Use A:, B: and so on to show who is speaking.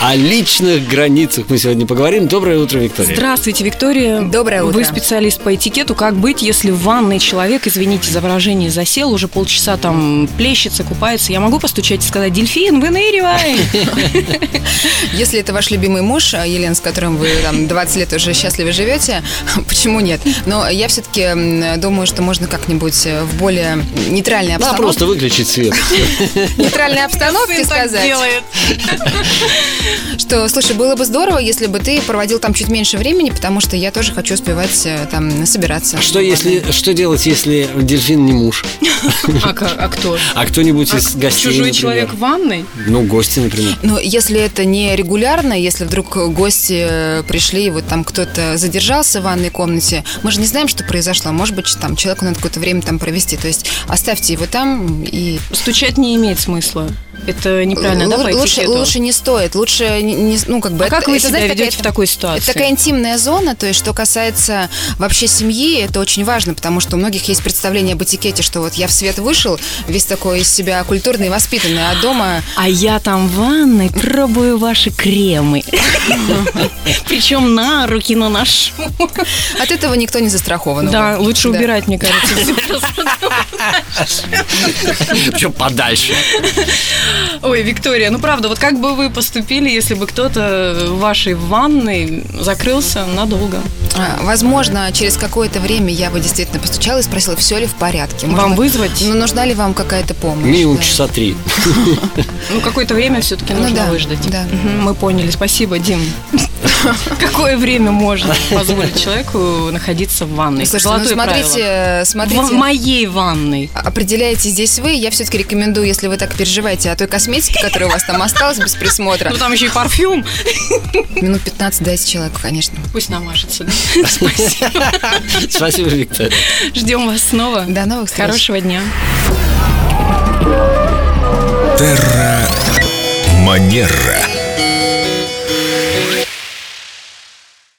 A: О личных границах мы сегодня поговорим. Доброе утро, Виктория.
B: Здравствуйте, Виктория.
C: Доброе утро.
B: Вы специалист по этикету. Как быть, если в ванной человек, извините за выражение, засел, уже полчаса там плещется, купается. Я могу постучать и сказать, дельфин, выныривай.
C: Если это ваш любимый муж, э, Елена, с которым вы там 20 лет уже счастливо живете, почему нет? Но я все-таки м, думаю, что можно как-нибудь э, в более нейтральной
A: Да,
C: обстановке,
A: просто выключить свет.
C: нейтральной обстановке
B: Сын так
C: сказать,
B: делает.
C: что, слушай, было бы здорово, если бы ты проводил там чуть меньше времени, потому что я тоже хочу успевать э, там собираться.
A: Что если, что делать, если дельфин не муж,
B: А ка- а кто?
A: а кто-нибудь из гостей,
B: Чужой
A: например?
B: человек в ванной?
A: Ну, гости, например.
C: Но если это не регулярно, если вдруг гости э, пришли, и вот там кто-то задержался в ванной комнате, мы же не знаем, что произошло. Может быть, там человеку надо какое-то время там провести. То есть оставьте его там и э,
B: Стучать не имеет смысла. Это неправильно, да,
C: Лу-
B: по
C: лучше,
B: этикету?
C: лучше не стоит, лучше не- не- ну как бы.
B: А как вы себя
C: знаете, такая-
B: ведете в такой ситуации?
C: Это такая интимная зона, то есть что касается вообще семьи, это очень важно, потому что у многих есть представление об этикете, что вот я в свет вышел, весь такой из себя культурный, и воспитанный, а дома
B: А я там в ванной пробую ваши кремы. Причем на руки, на наш.
C: от этого никто не застрахован.
B: Да,
C: Вот.
B: лучше
C: Ну, Да.
B: убирать, мне кажется.
A: Что подальше?
B: Ой, Виктория, ну правда, вот как бы вы поступили, если бы кто-то в вашей ванной закрылся надолго?
C: А, Возможно, через какое-то время я бы действительно постучала и спросила, все ли в порядке. Может
B: Вам
C: быть,
B: вызвать?
C: Ну, нужна ли вам какая-то помощь?
A: Минимум
C: Да.
A: часа три.
B: Ну, какое-то время все-таки
C: Ну
B: нужно
C: да,
B: выждать.
C: да.
B: Мгм, Мы поняли. Спасибо, Дим. Какое время можно позволить человеку находиться в ванной?
C: Слушайте, ну
B: Золотое
C: смотрите, э,
B: правило.
C: смотрите.
B: В моей ванной.
C: определяете здесь вы. Я все-таки рекомендую, если вы так переживаете о той косметике, которая у вас там осталась без присмотра,
B: Ну, там еще и парфюм.
C: минут 15 дайте человеку, конечно.
B: Пусть намажется. да.
A: Спасибо, Виктория.
B: Ждем вас снова.
C: До новых встреч.
B: Хорошего дня.
D: Манера.